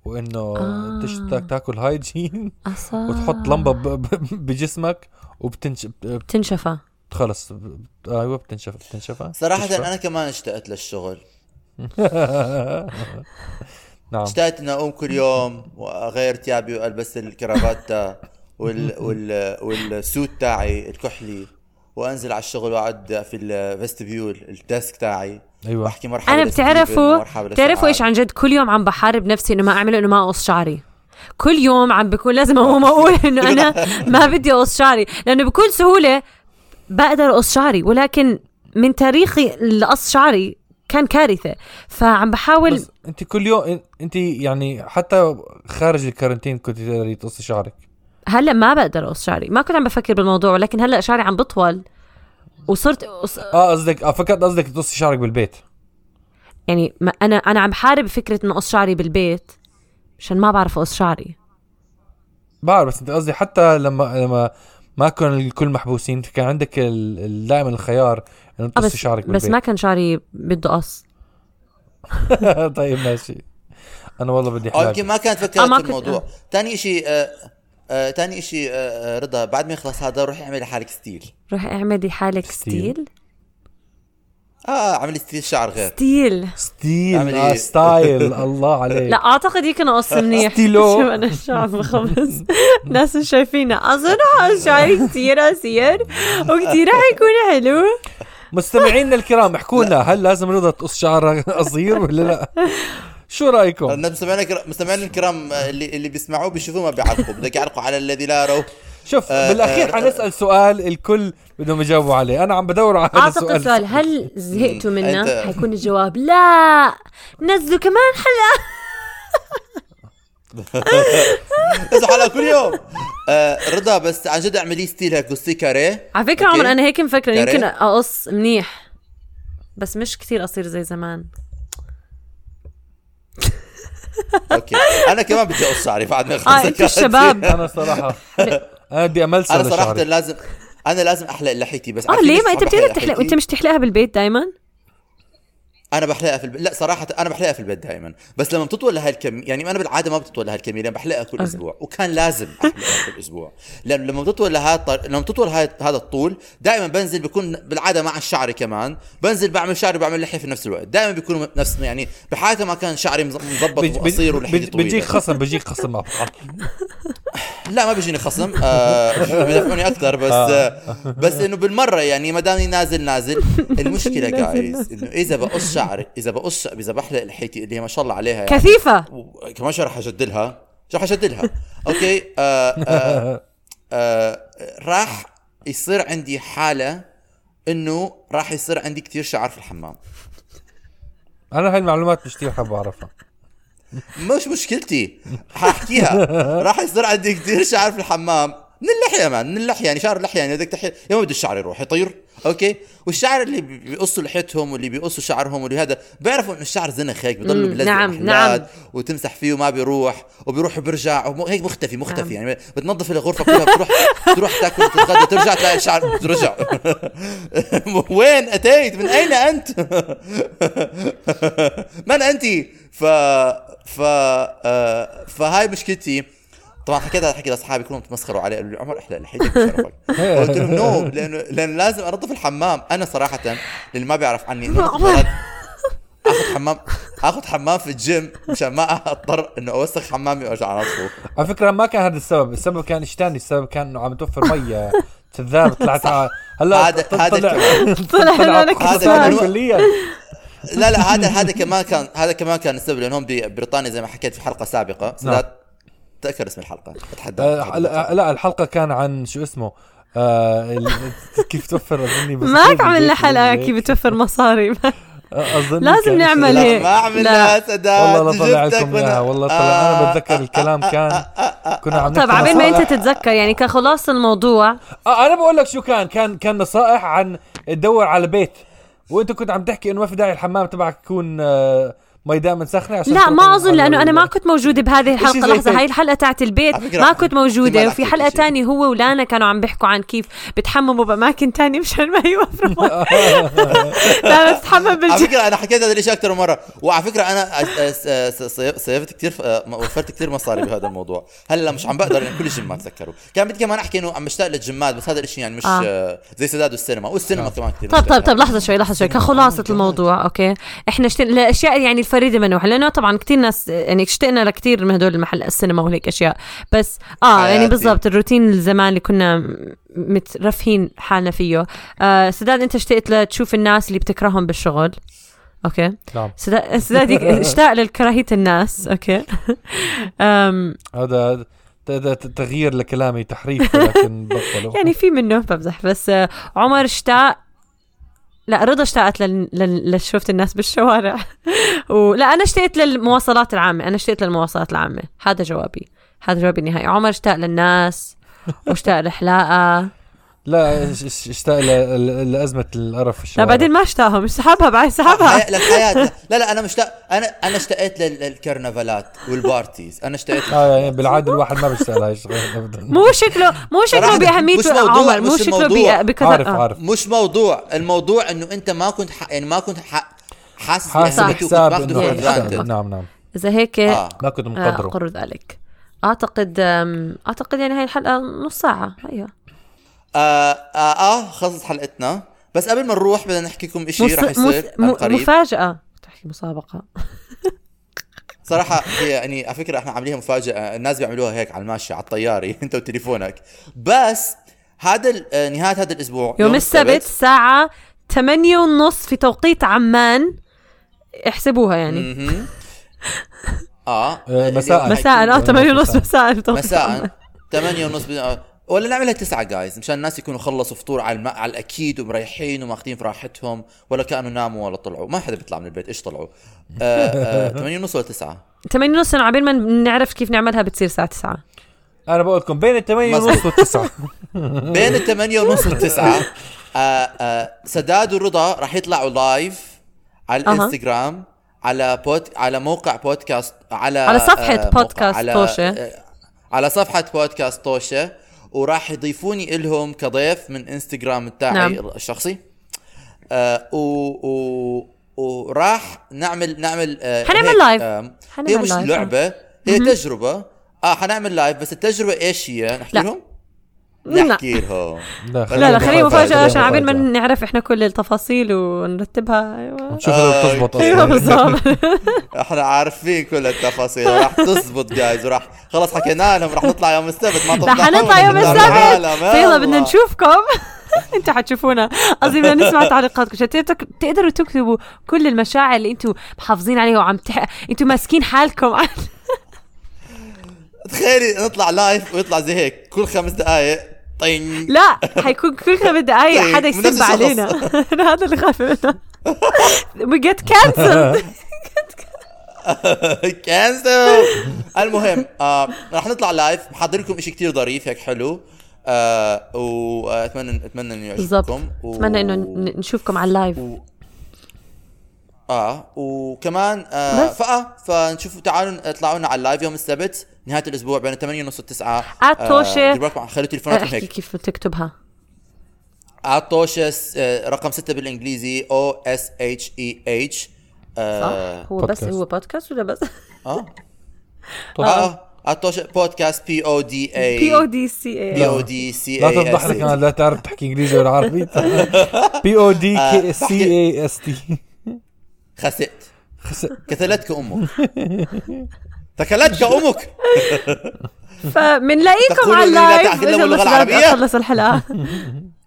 Speaker 3: وانه
Speaker 1: آه.
Speaker 3: تش- تا- تاكل هايجين
Speaker 1: أصلا
Speaker 3: وتحط لمبه ب- ب- بجسمك وبتنش ب-
Speaker 1: تنشفى
Speaker 3: خلص ب- ايوه بتنشف بتنشفها
Speaker 2: صراحه
Speaker 3: بتشفى.
Speaker 2: انا كمان اشتقت للشغل
Speaker 3: نعم
Speaker 2: اشتقت اني اقوم كل يوم واغير ثيابي والبس الكرافات تا وال وال والسوت تاعي الكحلي وانزل على الشغل واقعد في الفستبيول الديسك تاعي
Speaker 3: ايوه
Speaker 2: واحكي مرحبا
Speaker 1: انا
Speaker 2: لستيفن،
Speaker 1: بتعرفوا
Speaker 2: مرحبا
Speaker 1: بتعرفوا ايش
Speaker 2: لسعاد.
Speaker 1: عن جد كل يوم عم بحارب نفسي انه ما اعمله انه ما اقص شعري كل يوم عم بكون لازم اقوم اقول انه انا
Speaker 3: [LAUGHS]
Speaker 1: ما بدي اقص شعري لانه بكل سهوله بقدر اقص شعري ولكن من تاريخي لقص شعري كان كارثه فعم بحاول
Speaker 3: بس انت كل يوم انت يعني حتى خارج الكارنتين كنت تقدري تقصي شعرك
Speaker 1: هلا ما بقدر اقص شعري ما كنت عم بفكر بالموضوع ولكن هلا شعري عم بطول وصرت أقص-
Speaker 3: اه قصدك اه فكرت قصدك تقصي شعرك بالبيت
Speaker 1: يعني ما انا انا عم بحارب فكره انه اقص شعري بالبيت عشان ما بعرف اقص شعري
Speaker 3: بعرف بس انت قصدي حتى لما لما ما كان الكل محبوسين كان عندك ال- ال- دائما الخيار انه
Speaker 1: آه،
Speaker 3: تقصي
Speaker 1: بس
Speaker 3: شعرك
Speaker 1: بس ما
Speaker 3: بالبيت
Speaker 1: كان شعري بده قص
Speaker 3: [LAUGHS] طيب ماشي انا والله بدي
Speaker 2: او يمكن
Speaker 3: حلاقة
Speaker 2: ما كانت
Speaker 1: آه،
Speaker 2: فكرت
Speaker 1: ما كنت-
Speaker 2: الموضوع آه، ثاني شيء ثاني شيء آه، رضا بعد ما يخلص هذا روحي اعملي لحالك ستيل
Speaker 1: روح اعملي حالك
Speaker 3: ستيل.
Speaker 1: ستيل
Speaker 2: اه عملي ستيل شعر غير
Speaker 1: ستيل
Speaker 3: ستيل
Speaker 2: اعمل
Speaker 3: آه
Speaker 2: ايه؟
Speaker 3: ستايل [LAUGHS] الله عليك
Speaker 1: لا اعتقد يمكن اقص منيح [LAUGHS]
Speaker 3: ستيلو.
Speaker 1: شو انا الشعب مخبص الناس مش شايفينها اظن حقص شعري كثير قصير وكثير حيكون حلو
Speaker 3: مستمعينا الكرام احكوا لنا هل لازم رضا تقص شعرها [LAUGHS] قصير ولا لا شو رايكم
Speaker 2: الناس مستمعينا الكرام- مستمعينا الكرام آه، اللي اللي بيسمعوه بيشوفوه ما بيعرفوا بدك يعرفوا على الذي لا يروه
Speaker 3: شوف
Speaker 2: آه،
Speaker 3: بالاخير
Speaker 2: آه،
Speaker 3: حنسال سؤال الكل بدهم يجاوبوا عليه انا عم بدور على هذا
Speaker 1: اعتقد
Speaker 3: السؤال
Speaker 1: سؤال هل زهقتوا
Speaker 2: مم،
Speaker 1: منا
Speaker 2: أنت-
Speaker 1: حيكون الجواب لا نزلوا كمان حلقه
Speaker 2: بس حلقه كل يوم آه رضا بس عن جد اعملي ستيل هيك إيه؟ قصي كاريه
Speaker 1: على فكره
Speaker 2: أوكي.
Speaker 1: عمر انا هيك مفكره
Speaker 2: يا ريت.
Speaker 1: يمكن اقص منيح بس مش كثير قصير زي زمان
Speaker 2: اوكي انا كمان بدي اقص شعري بعد ما
Speaker 1: اه انتوا
Speaker 2: اخلص
Speaker 3: [LAUGHS]
Speaker 1: الشباب
Speaker 3: انا
Speaker 1: [LAUGHS]
Speaker 3: صراحه انا بدي املس
Speaker 2: انا
Speaker 3: هذا
Speaker 2: صراحه
Speaker 3: شعري.
Speaker 2: لازم انا لازم احلق لحيتي بس
Speaker 1: اه
Speaker 2: عارفين
Speaker 1: ليه
Speaker 2: ليش
Speaker 1: ما انت
Speaker 2: صعب
Speaker 1: بتقدر
Speaker 2: أحلق
Speaker 1: تحلق
Speaker 2: لحيتي؟
Speaker 1: انت مش تحلقها بالبيت دائما
Speaker 2: انا بحلقها في البيت لا صراحه انا بحلقها في البيت دائما بس لما بتطول لهالكم يعني انا بالعاده ما بتطول لهالكميه لأن بحلقها كل
Speaker 1: أوكي.
Speaker 2: اسبوع وكان لازم احلقها كل اسبوع لانه لما بتطول لهذا الط- لما بتطول هاي- هذا الطول دائما بنزل بكون بالعاده مع الشعر كمان بنزل بعمل شعري بعمل لحيه في نفس الوقت دائما بيكون نفس يعني بحياتي ما كان شعري مز- مظبط
Speaker 3: بيج- بيج-
Speaker 2: وقصير
Speaker 3: بيج-
Speaker 2: ولحيتي طويله
Speaker 3: بيجيك خصم بيجيك خصم مع بعض
Speaker 2: لا ما بيجيني خصم آه بدفعوني اكثر بس آه بس انه بالمره يعني ما دامني نازل نازل المشكله جايز انه اذا بقص شعري اذا بقص اذا بحلق لحيتي اللي هي ما شاء الله عليها يعني
Speaker 1: كثيفه
Speaker 2: و- كمان شو رح اجدلها شو رح اجدلها اوكي آه آه آه راح يصير عندي حاله انه راح يصير عندي كثير شعر في الحمام
Speaker 3: انا هاي المعلومات مش كثير حابب اعرفها
Speaker 2: مش مشكلتي حاحكيها راح يصير عندي كثير شعر في الحمام من اللحيه مان من اللحيه يعني شعر اللحيه يعني بدك تحي يا ما بده الشعر يروح يطير اوكي والشعر اللي بي- بيقصوا لحيتهم واللي بيقصوا شعرهم واللي هذا بيعرفوا انه الشعر زنخ هيك بضلوا
Speaker 1: مم،
Speaker 2: بلزق
Speaker 1: نعم،
Speaker 2: محلات
Speaker 1: نعم.
Speaker 2: وتمسح فيه وما بيروح وبيروح وبرجع وم- هيك مختفي
Speaker 1: نعم.
Speaker 2: مختفي يعني بتنظف الغرفه كلها بتروح بتروح تاكل وتتغدى ترجع تلاقي الشعر بترجع [LAUGHS] وين اتيت من اين انت [LAUGHS] من انت ف ف آه، فهاي مشكلتي طبعا حكيت هذا الحكي لاصحابي كلهم تمسخروا علي قالوا لي عمر احلى لحيتك بشرفك قلت لهم نو لانه لانه لازم انظف الحمام انا صراحه للي ما بيعرف عني إنه كنت بلد- اخذ حمام اخذ حمام في الجيم مشان ما اضطر انه اوسخ حمامي وارجع انظفه
Speaker 3: على فكره ما كان هذا السبب السبب كان شيء ثاني السبب كان انه عم توفر مي كذاب طلعت ع- هلا
Speaker 2: هذا-
Speaker 3: طلع-
Speaker 2: هذا
Speaker 3: طلع
Speaker 2: الكلام.
Speaker 1: طلع
Speaker 3: طلع
Speaker 1: لك
Speaker 2: هذا
Speaker 3: اقتصادي
Speaker 2: كمان-
Speaker 3: كليا
Speaker 2: لا لا هذا هذا كمان كان هذا كمان كان السبب لانهم بريطانيا زي ما حكيت في حلقه سابقه
Speaker 3: نعم.
Speaker 2: لا تذكر اسم الحلقه اتحدى
Speaker 3: آه، لا
Speaker 2: أتحدى.
Speaker 3: لا، الحلقه كان عن شو اسمه آه ال- كيف توفر اظني بس-
Speaker 1: ما عملنا حلقه كيف بتوفر مصاري
Speaker 3: آه، اظن
Speaker 1: لازم
Speaker 3: كان-
Speaker 1: نعمل هيك.
Speaker 2: لا ما عملناها سداد
Speaker 3: والله لا طلع
Speaker 2: جبتك
Speaker 3: لكم
Speaker 2: من-
Speaker 3: اياها والله طلع
Speaker 2: آه،
Speaker 3: انا بتذكر الكلام كان كنا عم
Speaker 1: طب
Speaker 3: نحكي
Speaker 1: طيب، عبين ما
Speaker 3: نصائح.
Speaker 1: انت تتذكر يعني كخلاص الموضوع
Speaker 3: آه انا بقول لك شو كان كان كان نصائح عن تدور على بيت وانت كنت عم تحكي انه ما في داعي الحمام تبعك يكون آه، مي دائما سخنه عشان
Speaker 1: لا
Speaker 3: تروح
Speaker 1: ما اظن
Speaker 3: على-
Speaker 1: لانه انا ما كنت موجوده بهذه
Speaker 3: إشي
Speaker 1: الحلقه
Speaker 3: زي
Speaker 1: لحظه
Speaker 3: هيك.
Speaker 1: هاي الحلقه تاعت البيت
Speaker 2: على فكرة،
Speaker 1: ما كنت
Speaker 2: ما
Speaker 1: موجوده
Speaker 2: رح
Speaker 1: وفي
Speaker 2: تحكي
Speaker 1: حلقه
Speaker 2: شي.
Speaker 1: تانية هو ولانا كانوا عم بيحكوا عن كيف بتحمموا باماكن تانية مشان ما يوفروا
Speaker 2: [LAUGHS]
Speaker 1: لا تتحمم
Speaker 2: على
Speaker 1: بالجد
Speaker 2: فكره انا حكيت هذا الشيء اكثر من مره وعلى فكره انا أس- أس- أس- صي- صيفت كثير وفرت كثير مصاري بهذا الموضوع هلا مش عم بقدر لان كل الجيم ما تذكره كان بدي كمان احكي انه عم بشتاق للجيمات بس هذا الشيء يعني مش
Speaker 1: آه.
Speaker 2: آه، زي سداد والسينما والسينما
Speaker 3: نعم.
Speaker 2: كمان كثير
Speaker 1: طب
Speaker 2: مشتاق
Speaker 1: طب طب
Speaker 2: لها.
Speaker 1: طيب، لحظة شوي لحظة شوي كخلاصة الموضوع اوكي احنا اشتقنا لاشياء يعني الفريدة منوح لانه طبعا كثير ناس يعني اشتقنا لكثير من هدول المحل السينما وهيك اشياء بس اه يعني
Speaker 2: حياتي.
Speaker 1: بالضبط الروتين الزمان اللي كنا مترفهين حالنا فيه آه سداد انت اشتقت لتشوف الناس اللي بتكرههم بالشغل اوكي
Speaker 3: نعم
Speaker 1: سداد سداد يك- اشتاق لكراهية النس [LAUGHS] اوكي أم
Speaker 3: هذا هذا- هذا تغيير لكلامي
Speaker 1: [LAUGHS]
Speaker 3: تحريف لكن بطلوا
Speaker 1: يعني في منه بمزح بس آه، عمر اشتاق لا رضا اشتقت لل... لل... لشوفت الناس بالشوارع [LAUGHS] ولا انا اشتقت للمواصلات العامه انا اشتقت للمواصلات العامه هذا جوابي هذا جوابي النهائي عمر اشتاق للناس
Speaker 2: [LAUGHS]
Speaker 1: واشتاق لحلاقه
Speaker 3: لا اش- اش- اشتاق ل- ل- لازمه القرف في
Speaker 1: لا
Speaker 3: الشوارع
Speaker 1: بعدين ما اشتاقهم سحبها بعد سحبها
Speaker 2: حياة- للحياه لا لا انا مشتاق انا انا اشتقت لل- للكرنفالات والبارتيز انا اشتاق
Speaker 3: اه يعني بالعاده الواحد ما بيشتاق لهي [LAUGHS] الشغلات ابدا
Speaker 1: مو شكله مو شكله
Speaker 2: صراحة مش
Speaker 1: باهميته
Speaker 2: موضوع،
Speaker 1: عمر مو
Speaker 2: مش
Speaker 1: شكله
Speaker 2: الموضوع.
Speaker 1: بي- بكثر
Speaker 3: عارف
Speaker 1: آه.
Speaker 3: عارف
Speaker 2: مش موضوع الموضوع انه انت ما كنت ح... يعني ما كنت ح... حاسس
Speaker 3: حاسب
Speaker 1: صح.
Speaker 2: بأهميته وكنت
Speaker 3: حساب
Speaker 2: باخده
Speaker 3: انه
Speaker 2: for
Speaker 1: يعني
Speaker 3: حتشتاق.
Speaker 2: granted.
Speaker 3: نعم نعم
Speaker 1: اذا هيك
Speaker 2: اه
Speaker 1: آه،
Speaker 3: ما كنت مقدره
Speaker 1: اقر ذلك اعتقد أم، اعتقد يعني هاي الحلقه نص أيوة. ساعه هيا
Speaker 2: آه, آه, اه خلصت حلقتنا بس قبل ما نروح بدنا نحكيكم شيء
Speaker 1: مس...
Speaker 2: رح يصير
Speaker 1: مس...
Speaker 2: عن
Speaker 1: م...
Speaker 2: قريب
Speaker 1: مفاجأة تحكي مسابقة
Speaker 2: صراحة هي يعني على فكرة احنا عاملينها مفاجأة الناس بيعملوها هيك على الماشي على [LAUGHS] الطياري انت وتليفونك بس هذا ال- آه، نهاية هذا الاسبوع
Speaker 1: يوم السبت الساعة 8 ونص في توقيت عمان احسبوها يعني
Speaker 2: مهم. اه
Speaker 3: آه، مساء.
Speaker 1: مساء اه 8 ونص مساء في [LAUGHS] توقيت عمان.
Speaker 2: مساء 8 ونص بن... آه، ولا نعملها 9 جايز مشان الناس يكونوا خلصوا فطور على الم... على الاكيد ومريحين وماخذين في راحتهم ولا كانوا ناموا ولا طلعوا ما حدا بيطلع من البيت ايش طلعوا آه
Speaker 1: [LAUGHS]
Speaker 2: آه 8 ونص ولا 9
Speaker 1: 8 ونص إنه عبين ما نعرف كيف نعملها بتصير الساعة 9
Speaker 3: انا بقول لكم بين الثمانية ونص والتسعة
Speaker 2: بين ال 8 ونص وال 9 آه آه سداد ورضا راح يطلعوا لايف على
Speaker 1: أها.
Speaker 2: الانستغرام على بوت على موقع بودكاست على
Speaker 1: على صفحة
Speaker 2: موقع-
Speaker 1: بودكاست
Speaker 2: آه، على-
Speaker 1: طوشة.
Speaker 2: آه، على صفحة بودكاست طوشة وراح يضيفوني إلهم كضيف من انستغرام بتاعي
Speaker 1: نعم.
Speaker 2: الشخصي آه و و وراح نعمل نعمل آه
Speaker 1: حنعمل
Speaker 2: هيك،
Speaker 1: لايف.
Speaker 2: آه هي
Speaker 1: حنعمل
Speaker 2: مش
Speaker 1: لايف، آه.
Speaker 2: آه، لعبة هي تجربة اه حنعمل لايف بس التجربة ايش هي؟ نحكي
Speaker 1: لا.
Speaker 2: لهم؟ نحكي لهم
Speaker 1: لا لا خليها
Speaker 2: خلينا
Speaker 1: مفاجأة
Speaker 2: نفاجأة.
Speaker 1: عشان عبين ما نعرف احنا كل التفاصيل ونرتبها ايوه
Speaker 3: شوف لو بتزبط
Speaker 2: إيه،
Speaker 1: ايوه
Speaker 3: اصلا
Speaker 1: بالضبط
Speaker 2: احنا عارفين كل التفاصيل راح تزبط جايز وراح خلص حكينا لهم راح نطلع يوم السبت ما
Speaker 1: رح
Speaker 2: تفضحونا
Speaker 1: نطلع
Speaker 2: قدام
Speaker 1: يوم السبت
Speaker 2: العالم.
Speaker 1: فيلا بدنا
Speaker 2: يلا.
Speaker 1: نشوفكم [LAUGHS] انت حتشوفونا قصدي بدنا [LAUGHS] نسمع تعليقاتكم عشان تقدر- تقدروا تكتبوا كل المشاعر اللي انتم محافظين عليها وعم تح... انتم ماسكين حالكم [LAUGHS]
Speaker 2: تخيلي نطلع لايف ويطلع زي هيك كل خمس دقائق طين
Speaker 1: لا حيكون كل خمس دقائق حدا
Speaker 2: طيب، نفس
Speaker 1: يسب
Speaker 2: الشخص.
Speaker 1: علينا [LAUGHS] أنا هذا اللي خايف [LAUGHS] منه وي جيت كانسلد [LAUGHS]
Speaker 2: كانسل المهم آه رح نطلع لايف محضر لكم شيء كتير ظريف هيك حلو آه واتمنى اتمنى انه
Speaker 1: [LAUGHS] بالضبط
Speaker 2: يعجبكم و-
Speaker 1: اتمنى انه ن- نشوفكم على اللايف
Speaker 2: و... اه وكمان آه
Speaker 1: بس.
Speaker 2: فأه فنشوفوا تعالوا اطلعوا لنا على اللايف يوم السبت نهايه الاسبوع بين 8 ونص و 9
Speaker 1: عالطوشة.
Speaker 2: دير بالكم خلوا تليفوناتكم
Speaker 1: احكي
Speaker 2: هيك
Speaker 1: كيف تكتبها
Speaker 2: عطوشس آه، رقم 6 بالانجليزي او اس اتش اي اتش آه،
Speaker 1: صح هو بس
Speaker 3: بودكاست.
Speaker 1: هو بودكاست ولا بس
Speaker 2: اه اه عطوش بودكاست بي او دي اي
Speaker 1: بي او دي سي
Speaker 2: بي
Speaker 1: اي
Speaker 2: او دي سي
Speaker 3: لا تفضح
Speaker 2: إيه،
Speaker 3: لك انا لا تعرف تحكي انجليزي ولا عربي بي او دي كي سي اي اس تي
Speaker 2: خسئت كتلتك امك تكلتك امك
Speaker 1: فبنلاقيكم
Speaker 2: تقولوا
Speaker 1: على
Speaker 2: لي لا
Speaker 1: اللايف
Speaker 2: تعلموا
Speaker 1: إذا
Speaker 2: اللغة
Speaker 1: بس بدي
Speaker 2: العربية؟
Speaker 1: اخلص الحلقه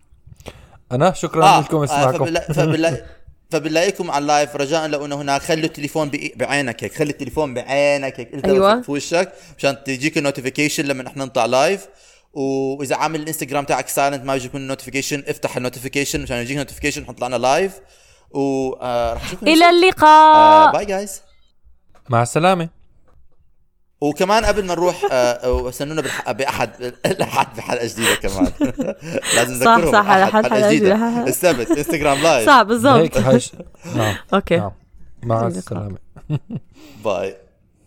Speaker 2: [LAUGHS]
Speaker 3: انا
Speaker 2: آه.
Speaker 3: شكرا لكم اسمعكم
Speaker 2: فبنلا- فبنلا- فبنلاقيكم على اللايف رجاء لو انه هناك خلوا التليفون بإي- بعينك هيك خلي التليفون بعينك هيك
Speaker 1: أيوة.
Speaker 2: أيوة. في وشك مشان تجيك النوتيفيكيشن لما نحن نطلع لايف واذا عامل الانستغرام تاعك سايلنت ما يجيك النوتيفيكيشن افتح النوتيفيكيشن مشان يجيك نوتيفيكيشن نحط لنا لايف و آه، رح اشوفكم
Speaker 1: الى
Speaker 2: آه،
Speaker 1: اللقاء
Speaker 2: باي جايز
Speaker 3: مع السلامه
Speaker 2: وكمان قبل ما نروح آه، وسنونا بالح- باحد الاحد بحلقه جديده كمان [LAUGHS] لازم
Speaker 1: صح،
Speaker 2: نذكرهم
Speaker 1: صح، على
Speaker 2: الأحد
Speaker 1: حلقة
Speaker 2: حلقه جديده [LAUGHS]
Speaker 1: جديدة.
Speaker 2: السبت
Speaker 1: [LAUGHS]
Speaker 2: انستغرام لايف
Speaker 1: صح بالضبط
Speaker 3: هيك هاي ش- نعم
Speaker 1: اوكي
Speaker 3: نعم مع
Speaker 1: اللقاء.
Speaker 3: السلامه
Speaker 2: باي